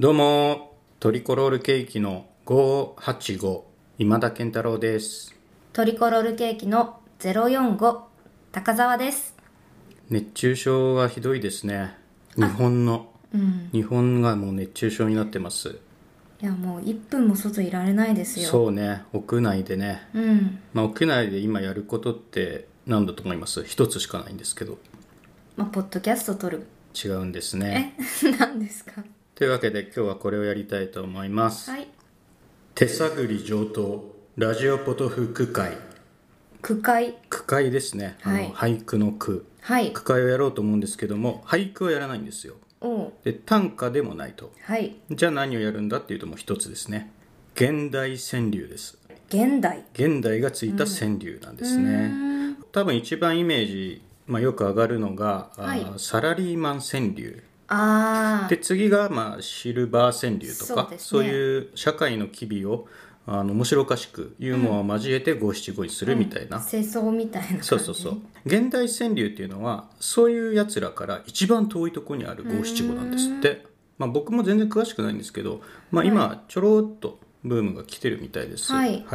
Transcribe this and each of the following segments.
どうもトリコロールケーキの585今田健太郎ですトリコロールケーキの045高澤です熱中症がひどいですね日本の、日本がもう熱中症になってますいやもう1分も外いられないですよそうね屋内でね、うんまあ、屋内で今やることって何だと思います一つしかないんですけどまあポッドキャスト撮る 違うんですね何ですかというわけで今日はこれをやりたいと思います、はい手探り上等ラジオポトフ区会句会区会ですね、はいあの俳句の句はい句会をやろうと思うんですけども俳句はやらないんですよおうで短歌でもないとはいじゃあ何をやるんだっていうともう一つですね現代川柳です現代現代がついた川柳なんですね、多分一番イメージ、まあ、よく上がるのが、あーはいサラリーマン川柳ああで次が、まあ、シルバー川柳とかそうそう,、ですねいう社会の機微をあの面白おかしくユーモアを交えて五七五にするみたいな、世相みたいな感じそうそうそう現代川柳っていうのはそういうやつらから一番遠いとこにある五七五なんですって、まあ、僕も全然詳しくないんですけど、まあ、今ちょろっとブームが来てるみたいです、はい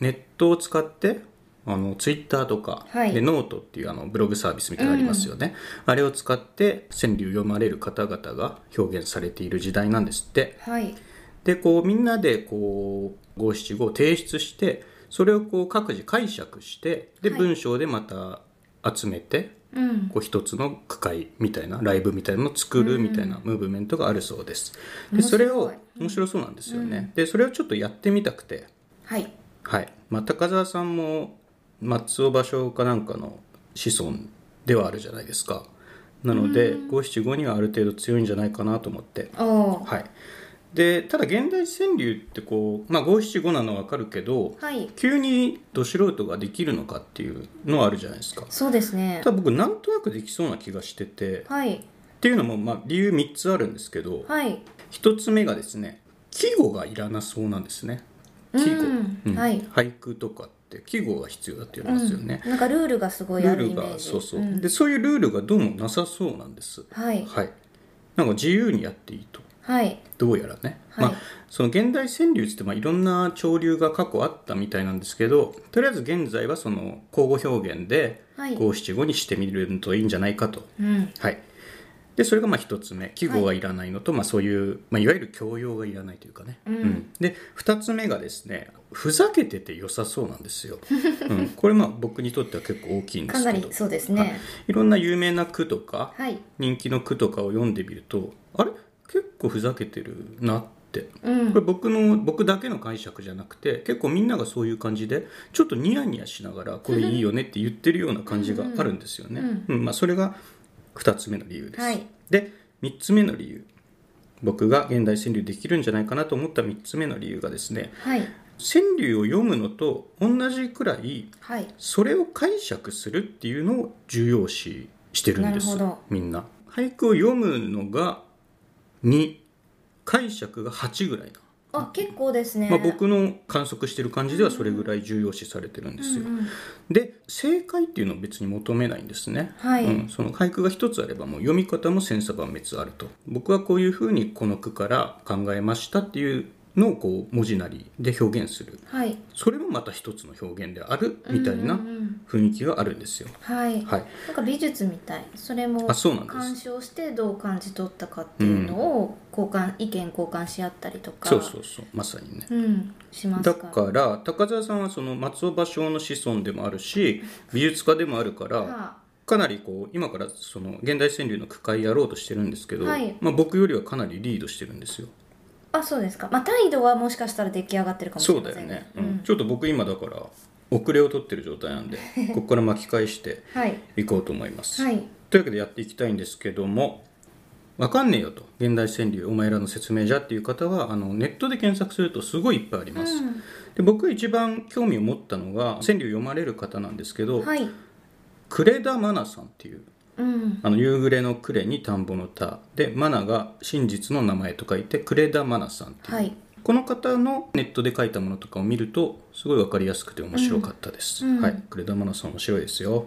ネットを使ってあのツイッターとか、はいでノートっていうあのブログサービスみたいなのありますよね、あれを使って川柳読まれる方々が表現されている時代なんですってはいでこうみんなでこう五七五を提出してそれをこう各自解釈してではい文章でまた集めて、うんこう一つの句会みたいなライブみたいなのを作るみたいなムーブメントがあるそうです。で面白いそれを面白そうなんですよね。でそれをちょっとやってみたくて、はいはいまあ、高澤さんも松尾芭蕉かなんかの子孫ではあるじゃないですか。なので五七五にはある程度強いんじゃないかなと思っておおはい、でただ現代川柳ってこうまあ五七五なのは分かるけどはい急にど素人ができるのかっていうのはあるじゃないですかそうですねただ僕なんとなくできそうな気がしててはいっていうのもまあ理由3つあるんですけどはい1つ目がですね季語がいらなそうなんですねうん季語、うんはい俳句とかって季語が必要だって言われますよね、なんかルールがすごいルあーるイルメーがジそうそう、んでそういうルールがどうもなさそうなんですはいはいなんか自由にやっていいとはいどうやらね、はいまあ、その現代川柳っつって、まあ、いろんな潮流が過去あったみたいなんですけどとりあえず現在はその口語表現ではい五七五にしてみるといいんじゃないかと、うんはい、でそれがまあ一つ目季語がいらないのと、まあ、そういう、まあ、いわゆる教養がいらないというかね、うんで二つ目がですねふざけてて良さそうなんですよ、うん、これまあ僕にとっては結構大きいんでかすなけどりそうですはいねいろんな有名な句とか、はい人気の句とかを読んでみるとあれ結構ふざけてるなってうんこれ僕の僕だけの解釈じゃなくて結構みんながそういう感じでちょっとニヤニヤしながらこれいいよねって言ってるような感じがあるんですよね。うんうんまあ、それが2つ目の理由です。はいで3つ目の理由僕が現代川柳できるんじゃないかなと思った3つ目の理由がですねはい川柳を読むのと同じくらいはいそれを解釈するっていうのを重要視してるんですなるほどみんな俳句を読むのが2解釈が8ぐらいな、あ結構ですね、まあ、僕の観測してる感じではそれぐらい重要視されてるんですよ、うんうんで正解っていうのを別に求めないんですね、はいうん、その俳句が一つあればもう読み方も千差万別あると僕はこういうふうにこの句から考えましたっていうのをこう文字なりで表現するはいそれもまた一つの表現であるみたいうんなうんうん雰囲気があるんですよ、はい、はい、なんか美術みたいそれもあそうなんです鑑賞してどう感じ取ったかっていうのを交換、意見交換し合ったりとかそうそうそうまさにねうんしますだからから高澤さんはその松尾芭蕉の子孫でもあるし美術家でもあるからはかなりこう今からその現代川柳の句会やろうとしてるんですけど、はいまあ、僕よりはかなりリードしてるんですよあそうですかまあ態度はもしかしたら出来上がってるかもしそれうまだせよんね、うんうんちょっと僕今だから遅れを取ってる状態なん でここから巻き返してはいいこうと思います、はいというわけでやっていきたいんですけどもわかんねえよと現代川柳お前らの説明じゃっていう方はあのネットで検索するとすごいいっぱいあります、うんで僕が一番興味を持ったのが川柳読まれる方なんですけど、はい呉田真奈さんっていううんあの夕暮れの呉に田んぼの田で真奈が真実の名前と書いて呉田真奈さんっていう、はいこの方のネットで書いたものとかを見るとすごい分かりやすくて面白かったです、うんうんはい呉田真奈さん面白いですよ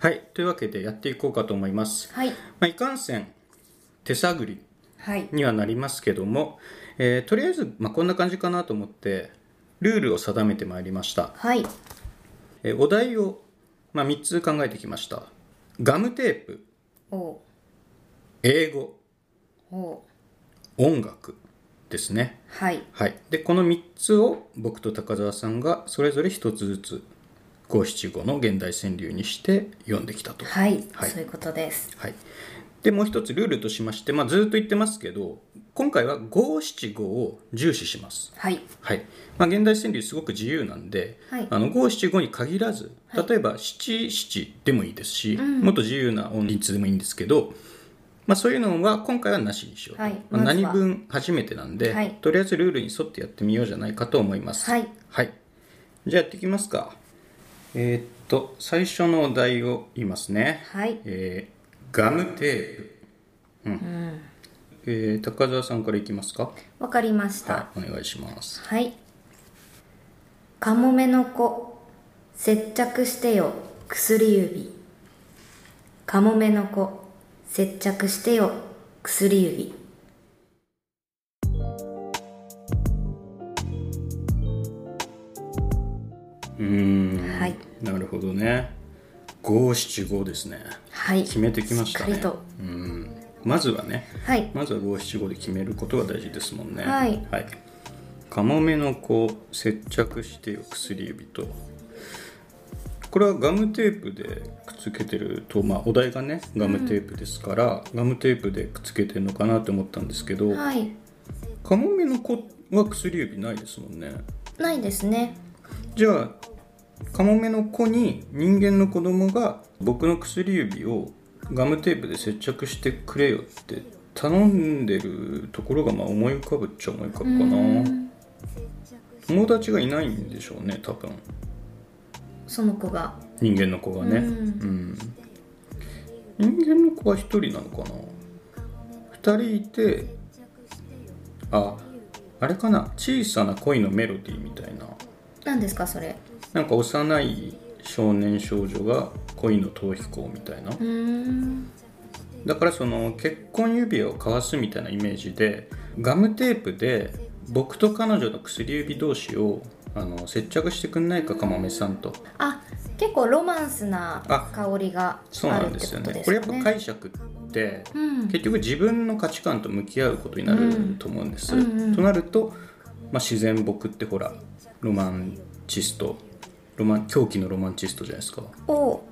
はいというわけでやっていこうかと思います、はいまあ、いかんせん手探りはいにはなりますけども、えーとりあえず、まあ、こんな感じかなと思ってルールを定めてまいりました、はいえーお題を、まあ、3つ考えてきましたガムテープお英語お音楽ですねはいはいでこの3つを僕と高澤さんがそれぞれ1つずつ五七五の現代川柳にして読んできたとはい、はいそういうことですはい、でもう一つルールとしまして、まあ、ずっと言ってますけど今回は五七五を重視します、はいはいまあ、現代川柳すごく自由なんではいあの五七五に限らず例えば七七でもいいですし、もっと自由な音律でもいいんですけど、まあ、そういうのは今回はなしにしようと、はいまあまず何は分初めてなんで、はいとりあえずルールに沿ってやってみようじゃないかと思いますはい、はい、じゃあやっていきますかえーっと最初のお題を言いますねはいえーガムテープ、うんえー高澤さんからいきますかわかりましたお願いしますはいカモメの子接着してよ薬指カモメの子接着してよ薬指うーんはいなるほどね五七五ですねはい決めてきましたねしっかりとうんまずはねはいまずは五七五で決めることが大事ですもんねはいカモメの子接着してよ薬指とこれはガムテープでくっつけてると、まあ、お題がねガムテープですから、ガムテープでくっつけてるのかなと思ったんですけど、はいカモメの子は薬指ないですもんねないですねじゃあカモメの子に人間の子供が僕の薬指をガムテープで接着してくれよって頼んでるところがまあ思い浮かぶっちゃ思い浮かぶかな友達がいないんでしょうね多分その子が人間の子がねうん、人間の子は1人なのかな2人いてああれかな小さな恋のメロディーみたいな何ですかそれなんか幼い少年少女が恋の逃避行みたいなうーんだからその結婚指輪を交わすみたいなイメージでガムテープで僕と彼女の薬指同士をあの接着してくんないかかまめさんとあ結構ロマンスなあ香りがそうあなんるっでてすこよとねですこれよやっぱね解釈ってうん結局自分の価値観と向き合うことになると思うんです、うんうんとなると、まあ、自然僕ってほらロマンチストロマン狂気のロマンチストじゃないですかを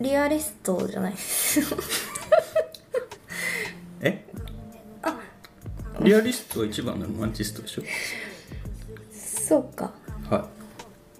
リアリストじゃない ですえリアリストは一番のロマンチストでしょそうかはい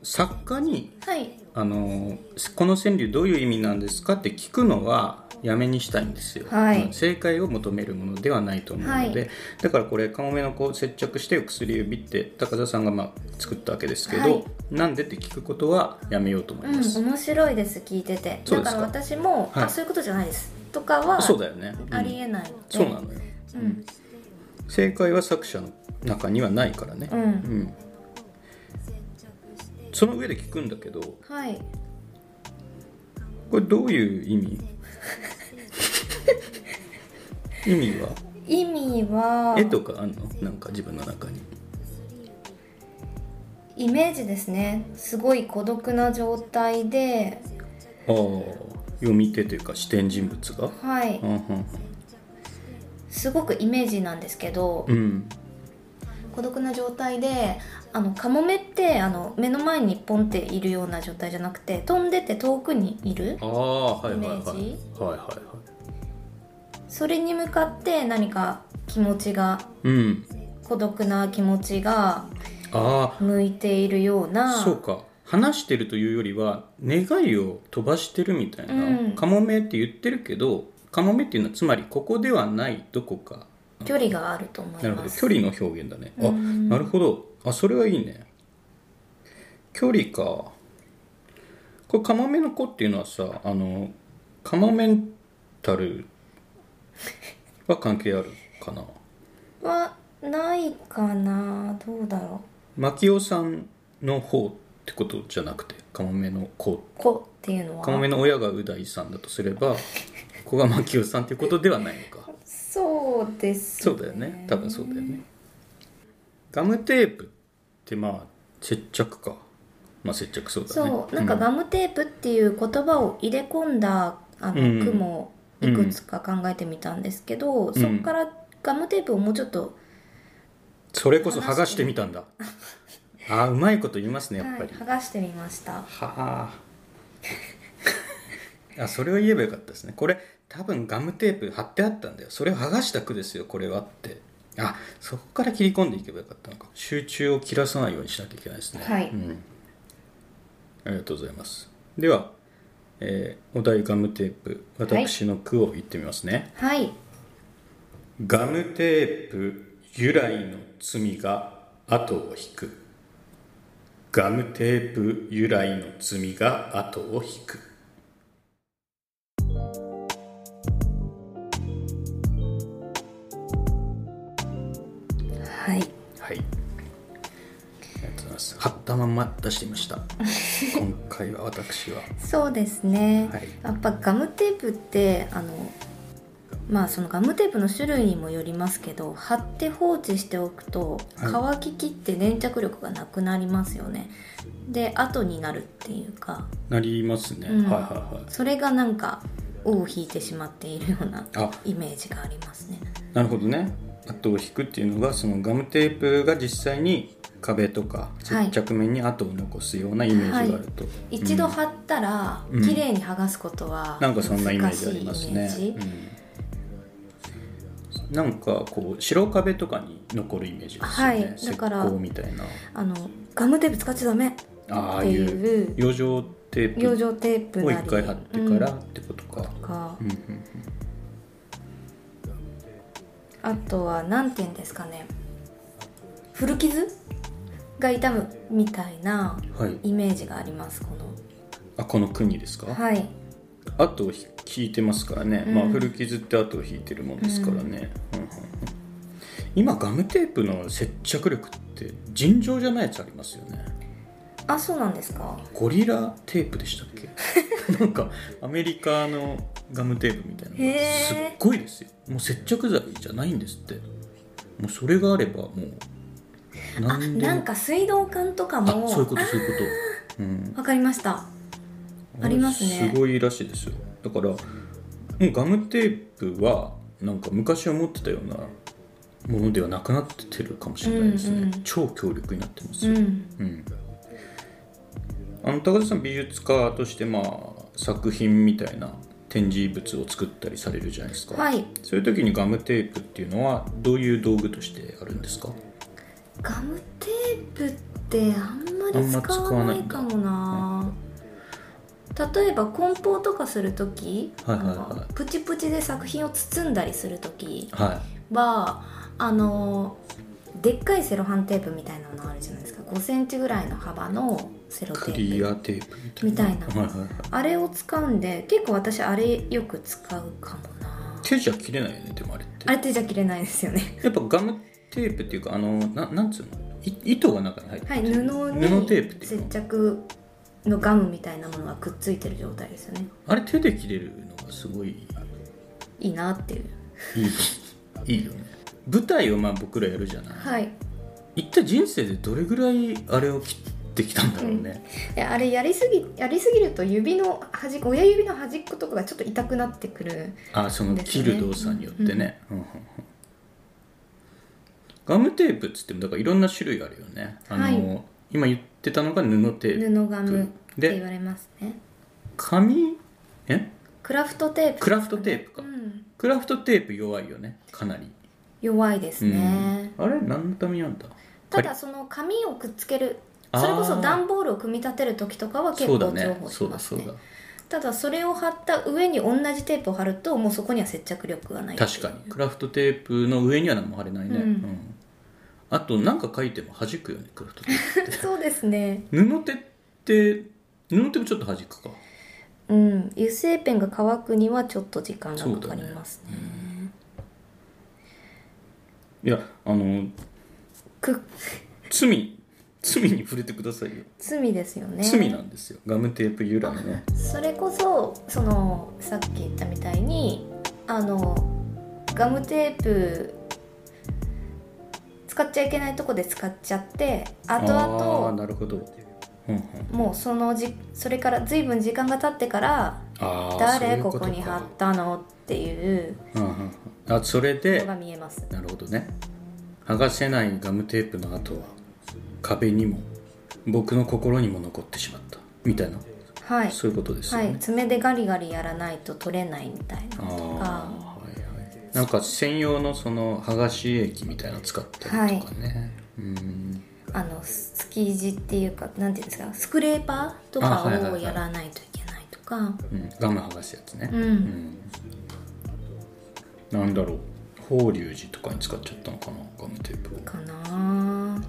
作家にはいあのこの川柳どういう意味なんですかって聞くのはやめにしたいんですよ、はいうん正解を求めるものではないと思うので、はだからこれカモメの子を接着して薬指って高田さんがまあ作ったわけですけど、はいなんでって聞くことはやめようと思います、うん面白いです聞いててそうでだすかから私も、はいあそういうことじゃないですとかはそうだよね、うんありえないので、そうなのよ、うん正解は作者の中にはないからね、うんうんその上で聞くんだけどこはいれどういう意味 意味は意味は絵とかあんのなんか自分の中にイメージですねすごい孤独な状態でああ読み手というか視点人物がはいうんうんすごくイメージなんですけど、うん孤独な状態であのカモメってあの目の前にポンっているような状態じゃなくて飛んでて遠くにいるああはいはいはいイメージはいはいはいそれに向かって何か気持ちがうん孤独な気持ちがあ向いているようあなそうか話してるというよりは願いを飛ばしてるみたいな、うんカモメって言ってるけどカモメっていうのはつまりここではないどこか距離があると思いなるほまどす距離の表現だねあうんなるほどあそれはいいね距離かこれカモメの子っていうのはさあのカモメンタルは関係あるかなはないかなどうだろマキオさんの方ってことじゃなくてカモメの子う子っていうのはカモメの親がう大さんだとすれば子がマキオさんっていうことではないのかそうそうです、そうだよね多分そうだよねガムテープってまあ接着かまあ接着そうだねそうなんかうガムテープっていう言葉を入れ込んだあうんの句もいくつか考えてみたんですけど、そこからガムテープをもうちょっと、それこそ剥がしてみたんだあーうまいこと言いますねやっはぱい、り剥がしてみましはたああそれを言えばよかったですねこれ多分ガムテープ貼ってあったんだよそれを剥がした句ですよこれはってあそこから切り込んでいけばよかったのか集中を切らさないようにしなきゃいけないですねはいうん、ありがとうございますでは、えーお題ガムテープ私の句を言ってみますね、はいガムテープ由来の罪が後を引くガムテープ由来の罪が後を引くははいいありがとうございます貼ったまんま出してみま した今回は私はそうですね、はいやっぱガムテープってあのまあそのガムテープの種類にもよりますけど貼って放置しておくとはい乾ききって粘着力がなくなりますよね、で後になるっていうかなりますね、うんはいはいはいそれがなんか尾を引いてしまっているようなあイメージがありますねなるほどね後を引くっていうのがそのガムテープが実際に壁とか接着面に後を残すようなイメージがあると、一う度ん貼ったらうん綺麗に剥がすことはなんかそんなイメー難ジあしいりイメますねージ。うんなんかこう白壁とかに残るイメージですよね。はいだから石膏みたいな。あのガムテープ使っちゃダメってああいいうう養生テー養プ生テープをな一り回貼ってからってことか。うんかうんうんあとは何て言うんですかね古傷が痛むみたいなうんはい。イメージがありますこのあこの国ですか。はい後をひ引いてますからね、うんまあ古傷って後を引いてるもんですからね、うんうんうん今ガムテープの接着力って尋常じゃないやつありますよねあそうなんですかゴリラテープでしたっ けなんかアメリカのガムテープみたいなのがへーすっごいですよもう接着剤じゃないんですってもうそれがあればもうあ何でもなんか水道管とかあもそういうことそういうこと、 うん、わかりましたありますねすごいらしいですよだからもうガムテープはなんか昔思ってたようなものではなくなってるかもしれないですね、うんうん超強力になってますうよ、んうん、あの高田さん美術家としてまあ作品みたいな展示物を作ったりされるじゃないですか、はいそういう時にガムテープっていうのはどういう道具としてあるんですかガムテープってあんまあんりま使使わわなないいんだかもな例えば梱包とかする時、はいはいはいあのプチプチで作品を包んだりする時ははあのでっかいセロハンテープみたいなのあるじゃないですか5センチぐらいの幅のセいロテクーリプアテープみみたたいいななはいはいはい、あれを使うんで結構私あれよく使うかもな手じゃ切れないよねでもあれってあれ手じゃ切れないですよねやっぱガムテープっていうかあのななんつうのい糸が中に入ってはい布に布テープっていう接の着のガムみたいなものがくっついてる状態ですよねあれ手で切れるのがすごいいいいなっていういいいよね舞台をまあ僕らやるじゃない、はい一体人生でどれぐらいあれを切ってきたんだろうね、であれやりすぎやりすぎると指の端っこ親指の端っことかがちょっと痛くなってくるあそのですね切る動作によってね、うんうんうんガムテープっつってもだからいろんな種類あるよねあの、はい今言ってたのが布テープ布ガムって言わでれますね紙えクラフトテープクラフトテープかうん、クラフトテープ弱いよねかなり弱いですね、うん、あれ何のためにあんだただその紙をくっつけるあーそれこそ段ボールを組み立てる時とかは結そう構だ重ね宝しそうまだすそうねだただそれを貼った上に同じテープを貼るともうそこには接着力がない確かにクラフトテープの上には何も貼れないね、うんうんあと何か書いても弾くよねクラフトテープに そうですね布手って布手もちょっと弾くかうん油性ペンが乾くにはちょっと時間がかかりますねいやあのく罪罪に触れてくださいよ、罪ですよね罪なんですよガムテープ由来のそれこそそのさっき言ったみたいにあのガムテープ使っちゃいけないとこで使っちゃって後あー々なるほど、うんうん、もうそのじそれから随分時間が経ってからあーそう誰いうことこに貼かったのっていううんうんあそれでのが見えますなるほどね剥がせないガムテープの跡は壁にも僕の心にも残ってしまったみたいなはい、そういうことですよはね、い、爪でガリガリやらないと取れないみたいなあーとかはいはいなんか専用のその剥がし液みたいなの使ったりとかね、うんあの築地っていうかなんていうんですかスクレーパーとかあはいはいをはいやらないといけないとか、うん、ガム剥がすやつね、うんうんなんだろう法隆寺とかに使っちゃったのかなガムテープをかな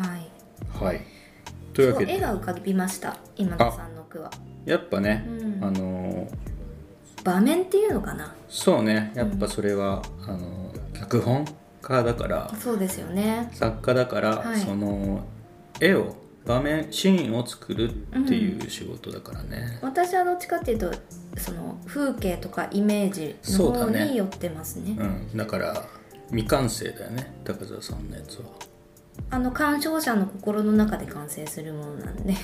あはいはいというわけそう絵でが浮かびました今田さんの句はやっぱね、うんあのー場面っていうのかなそうねやっぱそれは、あのー脚本家だからそうですよね作家だから、はいその絵を場面シーンを作るっていう仕事だからね、私はどっちかっていうとその風景とかイメージのそ方うだねに寄ってますねうん、だから未完成だよね高澤さんのやつはあの鑑賞者の心の中で完成するものなんで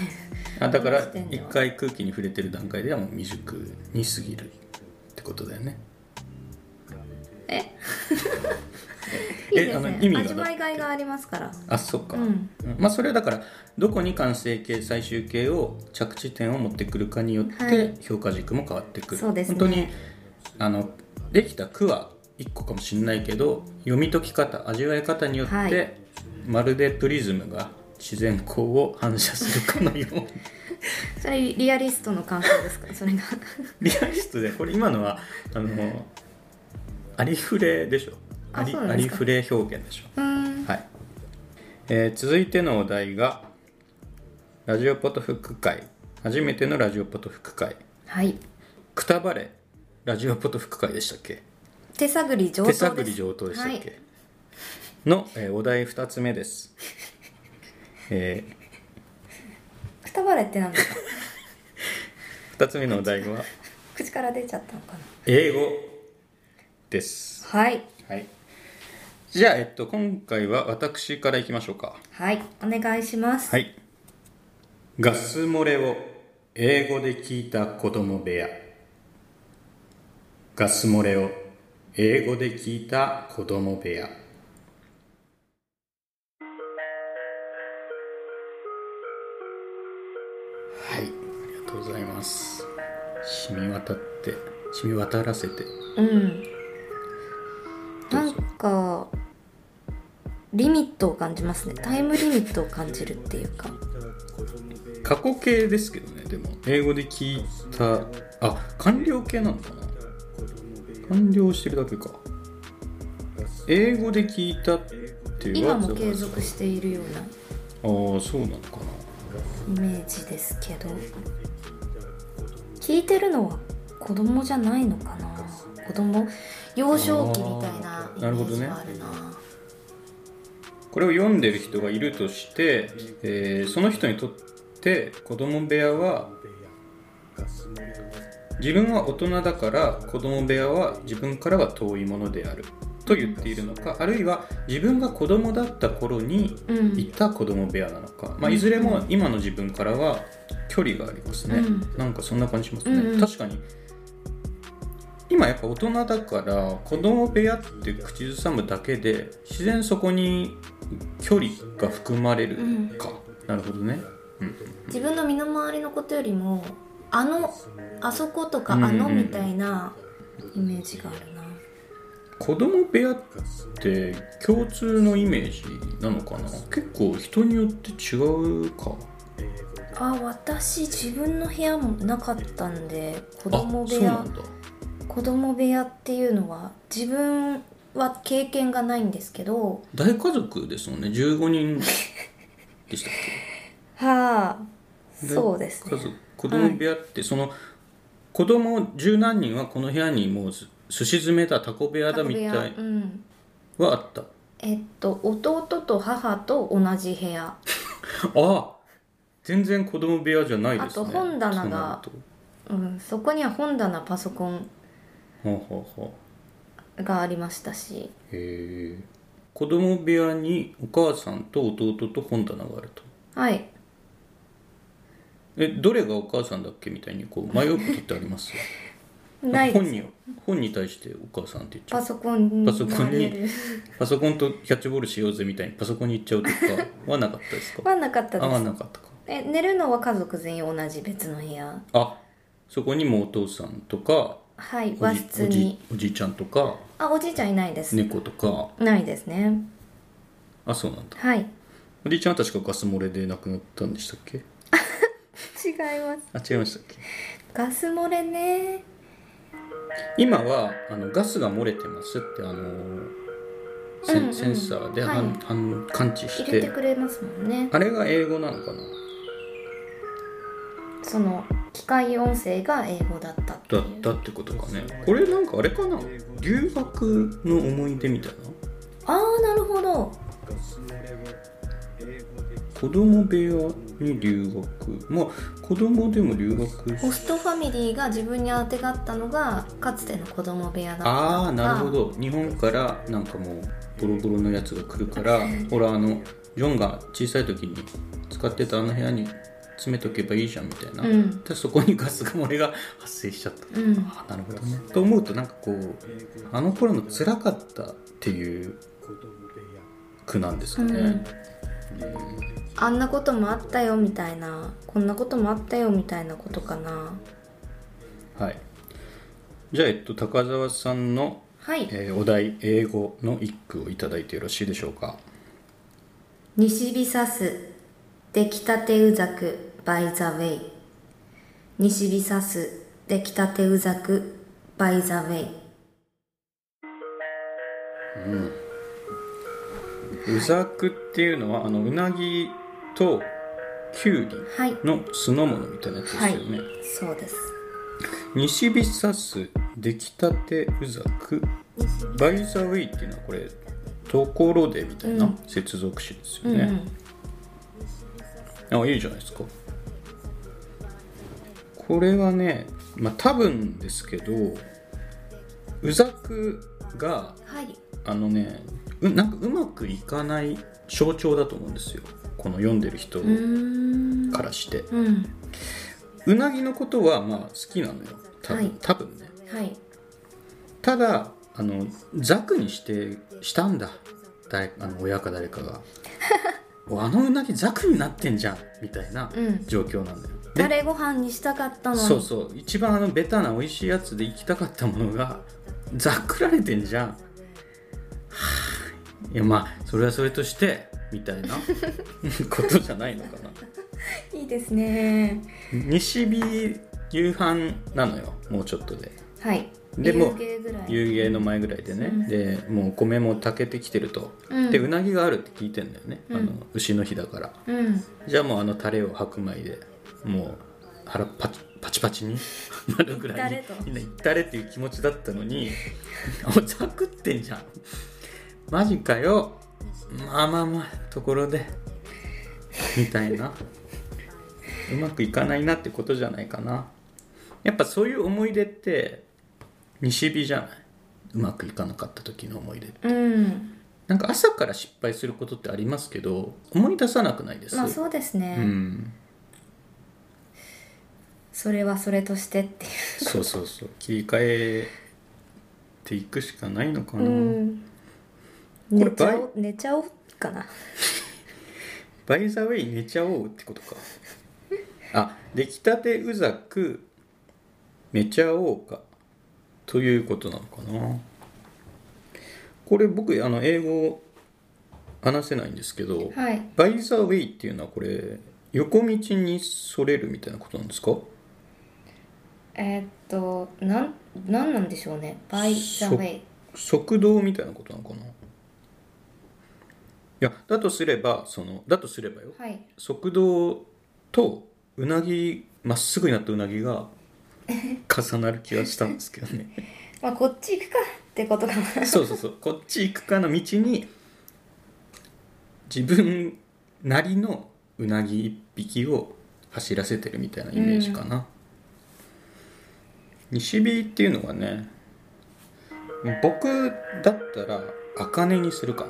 あだかこらの時点で一は回空気に触れてる段階ではもう未熟に過ぎるってことだよねえいいえであすのね意味が味わいがいがあありますからそっか、うんまあそれはだからどこに完成形最終形を着地点を持ってくるかによっはいて評価軸も変わってくる、そうですね本当にあのできた句は1個かもしれないけど読み解き方味わい方によって、はいまるでプリズムが自然光を反射するかのよう にそれリアリストの感想ですかそれがリアリストでこれ今のはあのありふれでしょあありそうなあんでりすかふれ表現でしょ うーんはい、えー続いてのお題が「ラジオポトフ副会」初めてのラジオポトフ副会はいくたばれラジオポトフ副会でしたっけ手探り上等手です探り上等でしたっけ、はいの、えーお題2つ目です、えくたばれってなんですか2つ目のお題は口から出ちゃったのかな英語ですはいはいじゃあ、えっと、今回は私からいきましょうかはいお願いします、はい。ガス漏れを英語で聞いた子供部屋。ガス漏れを英語で聞いた子供部屋。はい、ありがとうございます。染み渡って、染み渡らせて。うんどなうんぞかリミットを感じますねタイムリミットを感じるっていうか過去形ですけどねでも英語で聞いたあ完了形なのかな完了してるだけか英語で聞いたっていう今はも継続しているようなああそうなのかイメージですけど聞いてるのは子供じゃないのかな子供幼少期みたいなあーイメなるほーどジねがあるななこれを読んでる人がいるとして、えーその人にとって子供部屋は自分は大人だから子供部屋は自分からは遠いものであると言っているのかあるいは自分が子供だった頃にうんいた子供部屋なのか、まあ、いずれも今の自分からは距離がありますね、うんなんかそんな感じしますね、うんうん確かに今やっぱ大人だから子供部屋って口ずさむだけで自然そこに距離が含まれるか、なるほどね、うん、自分の身の回りのことよりもあのあそことかあうんのみたいなイメージがあるな子供部屋って共通のイメージなのかな結構人によって違うかあ私自分の部屋もなかったんで子あ供部そうな屋んだ子供部屋っていうのは自分は経験がないんですけど大家族ですもんね15人でしたっけはあでそうです家ね族子供部屋って、その子供十何人はこの部屋にもうすすし詰めだタコ部屋だみたい家族部屋うんはあったえっと弟と母と同じ部屋ああ全然子供部屋じゃないですねあと本棚がそうなるとうん、そこには本棚パソコンほうほうほがありましたしうへえ子供部屋にお母さんと弟と本棚があるとはいえどれがお母さんだっけみたいにこう迷うことってあります ないで本すに本に対してお母さんって言っちゃパうソコンパソコンに投げるパソコンとキャッチボールしようぜみたいにパソコンに行っちゃうとかはなかったですかは なかったあではすなかったかえ寝るのは家族全員同じ別の部屋あそこにもお父さんとかはいお和じ室おじにおじいちゃんとかあおじいちゃんいないです、猫とかないですねあそうなんだはい違いおじいちゃんは確かガス漏れで亡くなったんでしたっけますあ違いましたっけガス漏れね今はあのガスが漏れてますってあのセ,、うんうんセンサーで、はいはんはん感知し入れててくれますもんねあれが英語なのかなその機械音声が英語だったっていだうったってことかねこれなんかあれかな留学の思い出みたいなああなるほど子供部屋に留学まあ子供でも留学しホストファミリーが自分にあてがったのがかつての子供部屋だったああなるほど日本からなんかもうボロボロのやつが来るからほらあのジョンが小さい時に使ってたあの部屋に詰めとけばいいじゃんみたいな、うんでそこにガスが漏れが発生しちゃったうんあなるほどねと思うとなんかこうあの頃の辛かったっていう句なんですかね、うんあんなこともあったよみたいなこんなこともあったよみたいなことかなはいじゃあ、えっと、高澤さんの、はいえーお題「英語」の一句をいただいてよろしいでしょうか西日さす出来たてうざく by the way 西日さす出来たてうざく by the way うざくっていうのはあのうなぎときゅうりはいの酢の物みたいなやつですよね、そうです西日さす出来たてうざくバイザウェイっていうのはこれところでみたいうなん接続詞ですうよん、うね、ん、あいいじゃないですかこれはねまあ多分ですけどうざくがはいあのねうなんかうまくいかない象徴だと思うんですよこの読んでる人うーんからして、うんうなぎのことはまあ好きなのよ多分,、はい多分ねはいただあのザクにしてしたんだ誰あの親か誰か がおあのうなぎザクになってんじゃんみたいなうん状況なんだよ、でタレご飯にしたかったのにそうそう一番あのベタな美味しいやつで行きたかったものがざっくられてんじゃんはあいやまあそれはそれとしてみたい なことじゃないのかないいですね西日夕飯なのよもうちょっとではいでも夕芸ぐらい夕芸の前ぐらいでね、うんでもうお米も炊けてきてると、うんでうなぎがあるって聞いてんだよね、うんあの牛の日だからうんじゃあもうあのタレを白米でもう腹パチパチパ チになるぐらいにいったれとみんないったれっていう気持ちだったのにおざくってんじゃんマジかよまあまあまあところでみたいなうまくいかないなってことじゃないかなやっぱそういう思い出って西日じゃないうまくいかなかった時の思い出うんなんか朝から失敗することってありますけど思い出さなくないですまあそうですね、うんそれはそれとしてっていそうそうそう切り替えていくしかないのかう、な、こん、れ寝ちゃおう寝ちゃおうかなバイザウェイ寝ちゃおうって ことかあ出来たてうざく寝ちゃおうかということなのかなこれ僕あの英語話せないんですけど、はいバイザウェイっていうのはこれ横道にそれるみたいなことなんですかえーっとなんなんなんでしょうね「by the そ way 食堂みたいなことなのかないやだとすればそのだとすればよ、」はい食堂とうなぎまっすぐになったうなぎが重なる気がしたんですけどねまあこっち行くかってこと かなそうそうそうこっち行くかの道に自分なりのうなぎ一匹を走らせてるみたいなイメージかな、西日っていうのはね僕だったら茜にするか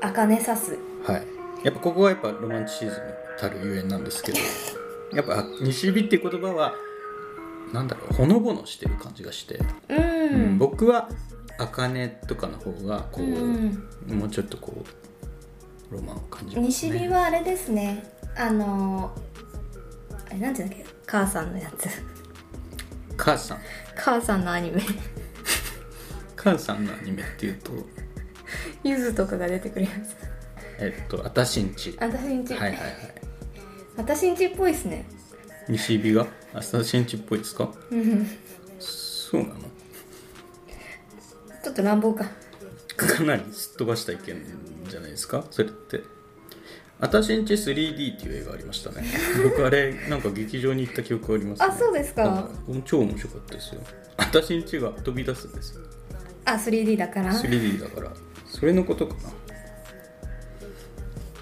茜さすなはいやっぱここはやっぱロマンチシズムたるゆえんなんですけどやっぱ西日っていう言葉はなんだろうほのぼのしてる感じがして、うん、うん僕は茜とかの方がこう、うんもうちょっとこうロマンを感じます、西ね、日はあれですねあのーあれなんていうんだっけ母さんのやつ 母さん母さんのアニメ母さんのアニメっていうとゆずとかが出てくるやつえっとあたしんちは私んち、いはいはい私んちっぽいです ね西日があたしんちっぽいですかうんそうなのちょっと乱暴かかなりすっ飛ばした意見じゃないですかそれってあたしんち 3D っていう映画ありましたね僕あれなんか劇場に行った記憶ありますねあそうですかはい超面白かったですよあたしんちが飛び出すんですよあ 3D だから 3D だからそれのことか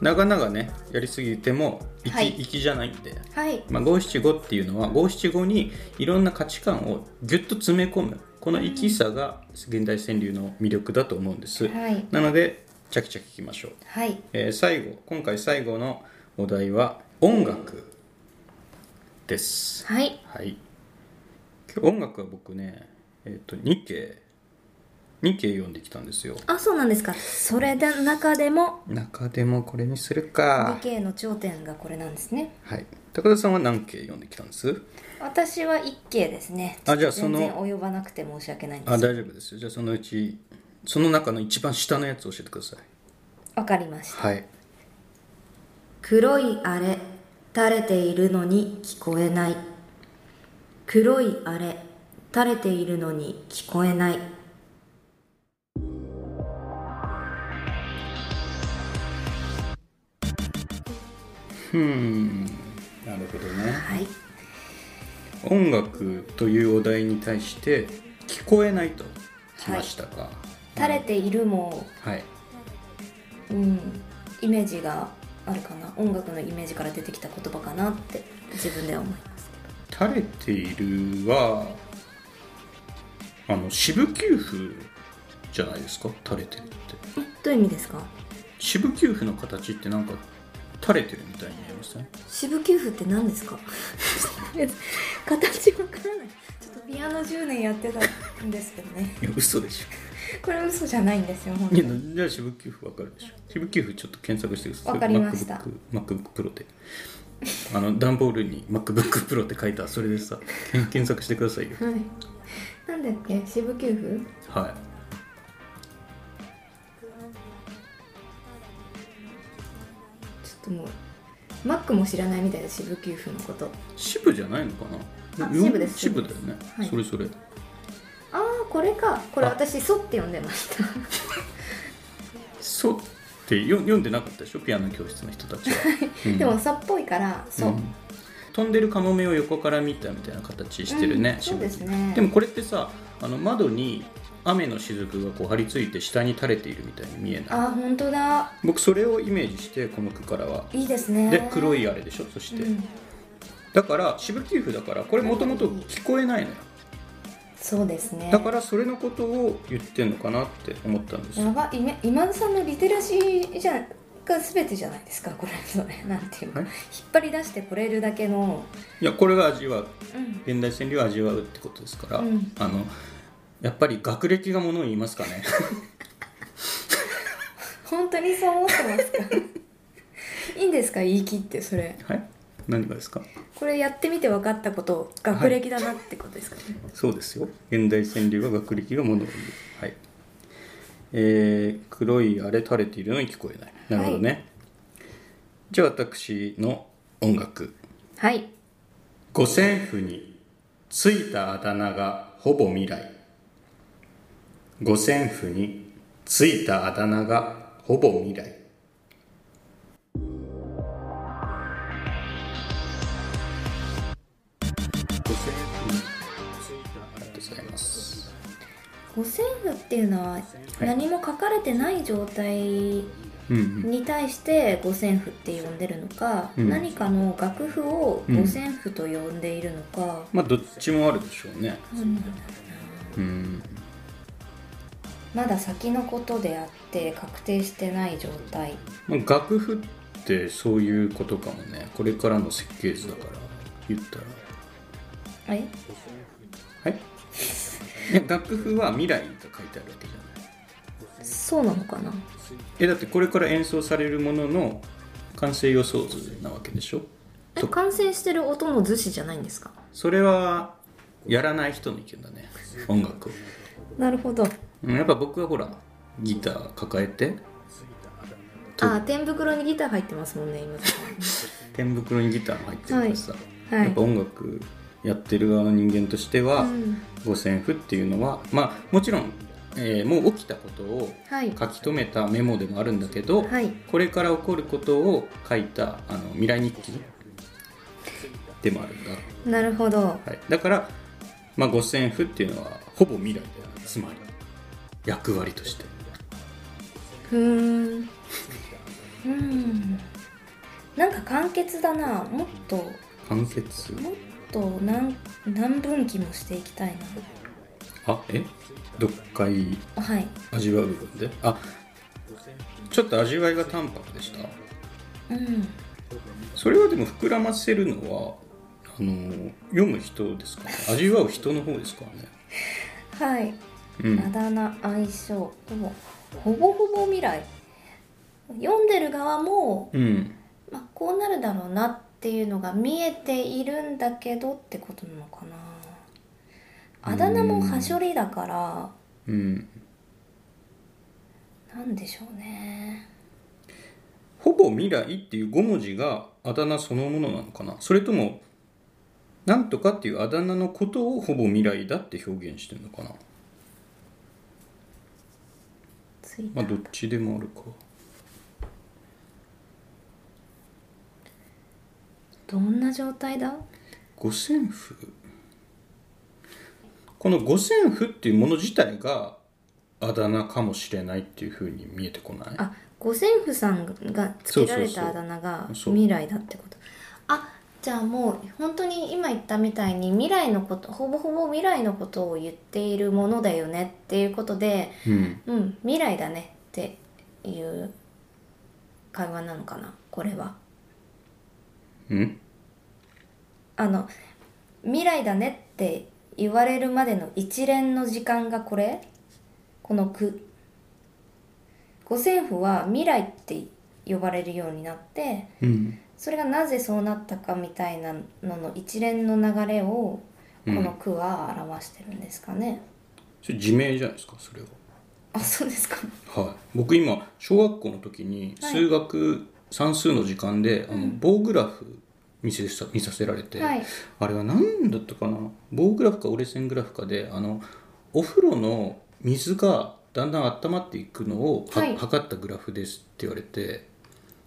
な長々ねやりすぎても粋、はい粋じゃないんで、はいまあ、575っていうのは575にいろんな価値観をギュッと詰め込むこの粋さが現代川柳の魅力だと思うんです、はいなのでチャキチャキいきましょう、はいえー最後今回最後のお題は音楽ですはいはい。今日音楽は僕ね、えっ、と2系2系読んできたんですよ。あそうなんですかそれで中でも中でもこれにするか。 2K の頂点がこれなんですねはい。高田さんは何系読んできたんです？私は 1K ですねあじゃあその全然及ばなくて申し訳ないんであす大丈夫ですよ。じゃあそのうちその中の一番下のやつ教えてください。わかりましたはい。黒いあれ垂れているのに聞こえない黒いあれ垂れているのに聞こえないふーん。なるほどね。はい音楽というお題に対して聞こえないときましたか。垂れているもはい。うんイメージがあるかな音楽のイメージから出てきた言葉かなって自分では思います垂れているはあの支部給付じゃないですか垂れてるってえどういう意味ですか支部給付の形ってなんか垂れてるみたいに見えません支部給付って何ですか 形わからないちょっとピアノ10年やってたんですけどねいや嘘でしこれ嘘じゃないんですよ本ょい当やにじゃあ支部給付わかるでしょ支部給付ちょっと検索してくださいわかりました MacBookPro であの段ボールに MacBookPro って書いたそれでさけん検索してくださいよはいなんだっけ支部給付はいちょっともうマックも知らないみたいで支部給付のこと支部じゃないのかなあ支部です支部だよね、はいそれそれああこれかこれあ私「ソ」って呼んでましたそうってよ読んでなかったでしょピアノ教室の人た ちは、うんでも「ソ」っぽいから「ソ」ん飛んでるカモメを横から見たみたいな形してるね、うんそうですねでもこれってさあの窓に雨の雫がこう張り付いて下に垂れているみたいに見えないああ本当だ僕それをイメージしてこの句からは、いいですねで黒いいあれでしょそして、うん、だから渋寄付だからこれもともと聞こえないのよそうですねだからそれのことを言ってんのかなって思ったんですよやばいめ今田さんのリテラシーじゃが全てじゃないですかこれそれなんていうはのい引っ張り出してこれるだけのいやこれが味わううん現代川柳を味わうってことですから、うんあのやっぱり学歴がものを言いますかね 本当にそう思ってま すかいいんですか言い切ってそれはい何がですかこれやってみて分かったことを学歴だなってことですかね、そうですよ現代川柳は学歴がものを言うはいえー、黒いあれ垂れているのに聞こえないなるほどね、じゃあ私の音楽はい、五線譜についたあだ名がほぼ未来五線譜についたあだ名がほぼ未来五線譜についたありがとうございます五線譜っていうのは何も書かれてない状態うんうんに対して五線譜って呼んでるのか、うん何かの楽譜を五線譜と呼んでいるのか、まあどっちもあるでしょうねうんうんまだ先のことであって確定してない状態まあ楽譜ってそういうことかもねこれからの設計図だから言ったらえはい いや楽譜は未来が書いてあるわけじゃないそうなのかなえだってこれから演奏されるものの完成予想図なわけでしょえ完成してる音の図紙じゃないんですかそれはやらない人の意見だね音楽をなるほどうんやっぱ僕はほらギター抱えてああ天袋にギター入ってますもんね今天袋にギターも入ってるからさ、 はやっいぱ音楽やってる側の人間としては、うん五線譜っていうのはまあもちろん、えーもう起きたことをはい書き留めたメモでもあるんだけど、はいこれから起こることを書いたあの未来日記でもあるんだ、なるほどはい、だから、まあ、五線譜っていうのはほぼ未来だよねつまり役割としてふーんうんなんか簡潔だなもっと完結もっと何何分岐もしていきたいあえ読解なはい味わう部分であちょっと味わいが淡白でしたうんそれはでも膨らませるのはあの読む人ですかね味わう人の方ですからねはい、うんあだ名相性でもほぼほぼ未来読んでる側も、うんまあ、こうなるだろうなっていうのが見えているんだけどってことなのかなあだ名もはしょりだからうんなんでしょうねほぼ未来っていう5文字があだ名そのものなのかなそれともなんとかっていうあだ名のことをほぼ未来だって表現してるのかなついまあどっちでもあるかどんな状態だ五線譜この五線譜っていうもの自体があだ名かもしれないっていうふうに見えてこないあ五線譜さんがつけられたあだ名がそうそうそう未来だってことあじゃあもう本当に今言ったみたいに未来のことほぼほぼ未来のことを言っているものだよねっていうことでうんうん未来だねっていう会話なのかなこれはうんあの未来だねって言われるまでの一連の時間がこれこの句五線譜は未来って呼ばれるようになってうんそれがなぜそうなったかみたいなのの一連の流れをこの句は表してるんですかね、それ自明じゃないですかそれはあそうですかはい、僕今小学校の時にはい数学算数の時間で、あの棒グラフ見せさ見させられて、はいあれは何だったかな棒グラフか折れ線グラフかであのお風呂の水がだんだん温まっていくのをは、はい測ったグラフですって言われて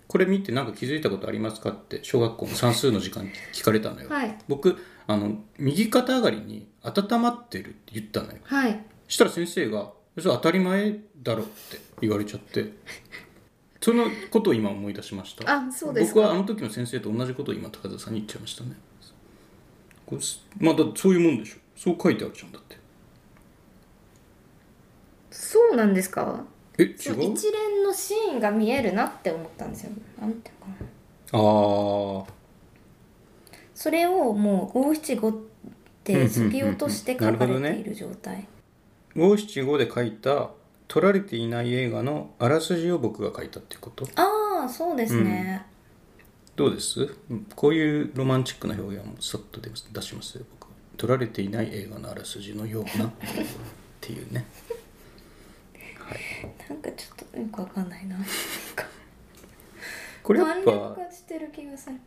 これ見て何か気づいたことありますかって小学校の算数の時間に聞かれたのよ。はい僕あの右肩上がりに温まってるって言ったのよ。はいしたら先生が「それ当たり前だろ」って言われちゃってそのことを今思い出しましたあそうですか僕はあの時の先生と同じことを今高田さんに言っちゃいましたねこうすまあだってそういうもんでしょそう書いてあるじゃんだってそうなんですかえそ違のう一連のシーンが見えるなって思ったんですよなんていうのかなあーそれをもう五七五って突き落として書かれている状態五七五で書いた撮られていない映画のあらすじを僕が書いたってことああそうですね、どうですうんこういうロマンチックな表現もさっと出ます出しますよ僕は撮られていない映画のあらすじのようなっていうねなんかちょっとよくわかんないななんかこれやっ簡略ぱ化してる気がする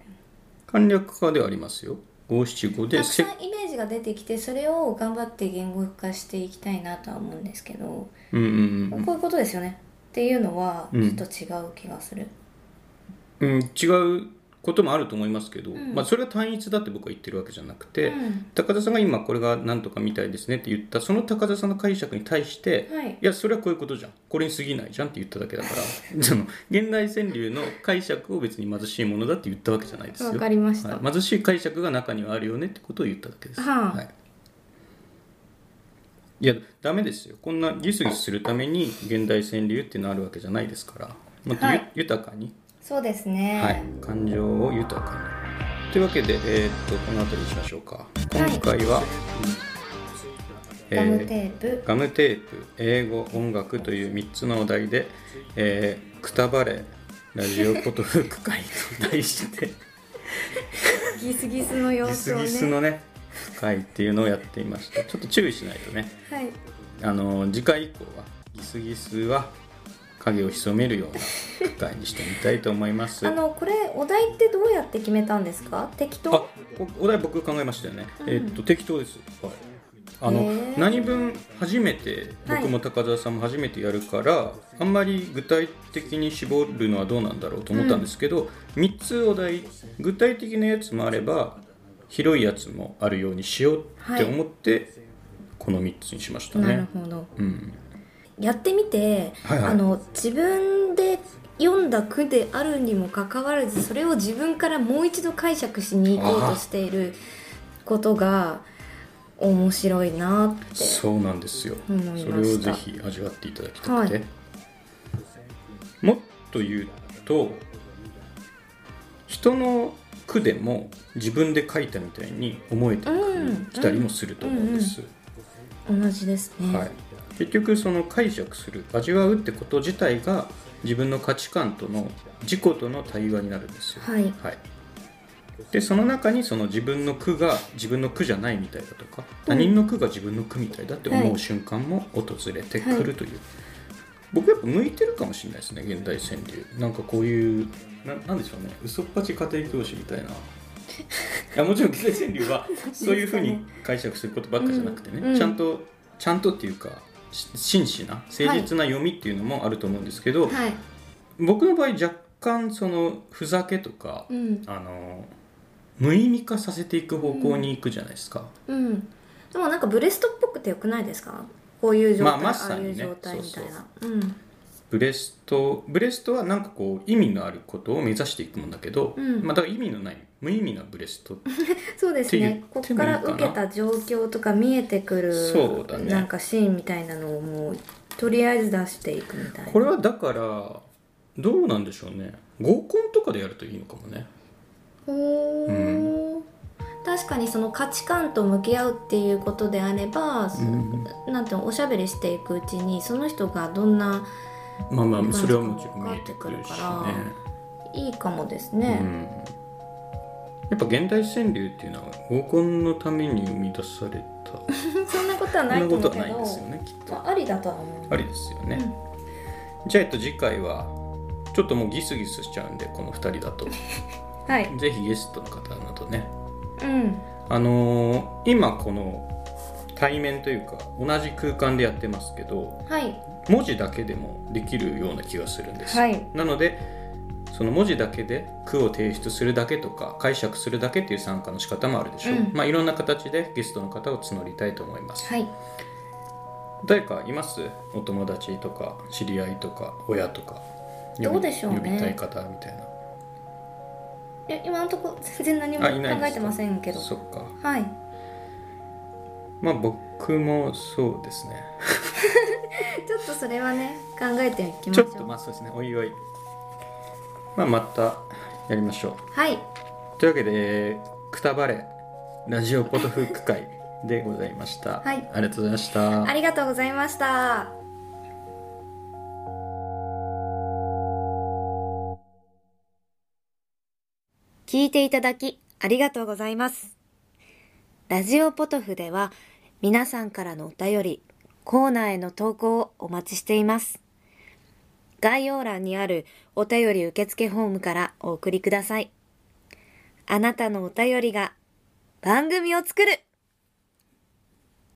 簡略化ではありますよ五七五たでくさせんイメージが出てきてそれを頑張って言語化していきたいなとは思うんですけど、うんうんうんこういうことですよねっていうのはうんちょっと違う気がする、うん違うこともあると思いますけど、んまあ、それは単一だって僕は言ってるわけじゃなくて、うん高田さんが今これがなんとかみたいですねって言ったその高田さんの解釈に対して、はいやそれはこういうことじゃんこれに過ぎないじゃんって言っただけだか らその現代川柳の解釈を別に貧しいものだって言ったわけじゃないですよ。わかりましたはい貧しい解釈が中にはあるよねってことを言っただけです。はあいいやダメですよこんなギスギスするために現代川柳っていうのあるわけじゃないですからもっとゆ、はい豊かにそうですね、はい、感情を豊かに。というわけで、えーっとこの辺りにしましょうか。今回は、ガムえテープ、ーガムテープ、英語、音楽という3つのお題で、えーくたばれ、ラジオポトフ会と題して、ギスギスの様ギ子スをねギスのね、会っていうのをやっていました。ちょっと注意しないとね、はいあの次回以降は、ギスギスは影を潜めるような会にしてみたいと思います。あのこれお題ってどうやって決めたんですか適あ当こお題僕考えましたよね、うんえーっと適当です、はい、あのへー何分初めてはい僕も高澤さんも初めてやるから、あんまり具体的に絞るのはどうなんだろうと思ったんですけど、3つお題具体的なやつもあれば広いやつもあるようにしようって思って、この3つにしましたなるね。ほどうん、やってみて、はいはいあの自分で読んだ句であるにもかかわらずそれを自分からもう一度解釈しに行こうとしていることが面白いなってそうなんですよ。思いましたそれをぜひ味わっていただきたくて、はいもっと言うと人の句でも自分で書いたみたいに思えてうんきたりもすると思うんです、同じですね、はい、結局その解釈する味わうってこと自体が自分の価値観との自己との対話になるんですよはいはい、でその中にその自分の苦が自分の苦じゃないみたいだとか他人の苦が自分の苦みたいだって思はうい瞬間も訪れてくはるという、僕やっぱ向いてるかもしれないですね現代川柳なんかこういうななんでしょうね嘘っぱち家庭教師み たいな。いやもちろん現代川柳はそういうふうに解釈することばっかじゃなくてね、うんうんちゃんとちゃんとっていうかし真摯な誠実な読みっていうのもあると思うんですけど、はい僕の場合若干そのふざけとかうんあの無意味化させていく方向に行くじゃないですか、うんでもなんかブレストっぽくてよくないですかこういう状態、まあまさにねああいう状態みたいなブレストブレストはなんかこう意味のあることを目指していくもんだけど、うんまあ、だから意味のない無意味なブレストってうん、そうですねこっこて言ってっもいかいのらかな受けた状況とか見えてくるそうだねなんかシーンみたいなのをもうとりあえず出していくみたいなこれはだからどうなんでしょうね合コンとかでやるといいのかもねほー確かにその価値観と向き合うっていうことであれば、そなんていうのおしゃべりしていくうちにその人がどんなまあままああそれはもちろん見えてくるしね変わってくるいいかもですうね、ん、やっぱ現代川柳っていうのは合コンのために生み出されたそんなことそはなんいなことはと思うけないどですよねきっとまあ、ありだとは思うありですよね、じゃあ、えっと、次回はちょっともうギスギスしちゃうんでこの2人だ とはいぜひゲストの方などねうんあのー今この対面というか同じ空間でやってますけどはい文字だけでもできるような気がするんです、はいなのでその文字だけで句を提出するだけとか解釈するだけっていう参加の仕方もあるでしょう、うんまあいろんな形でゲストの方を募りたいと思います、はい誰かいますお友達とか知り合いとか親とか呼びどうでしょうね呼びたい方みたいなえ今のとこ全然何もあいないです考えてませんけどそっかはいまあ僕もそうですねちょっとそれはね考えていきましちょょうっとまあそうですねおいおい、まあ、またやりましょうはいというわけでえー「くたばれラジオポトフック会」でございました、はいありがとうございましたありがとうございました聞いていただきありがとうございますラジオポトフでは皆さんからのお便りコーナーへの投稿をお待ちしています概要欄にあるお便り受付フォームからお送りくださいあなたのお便りが番組を作る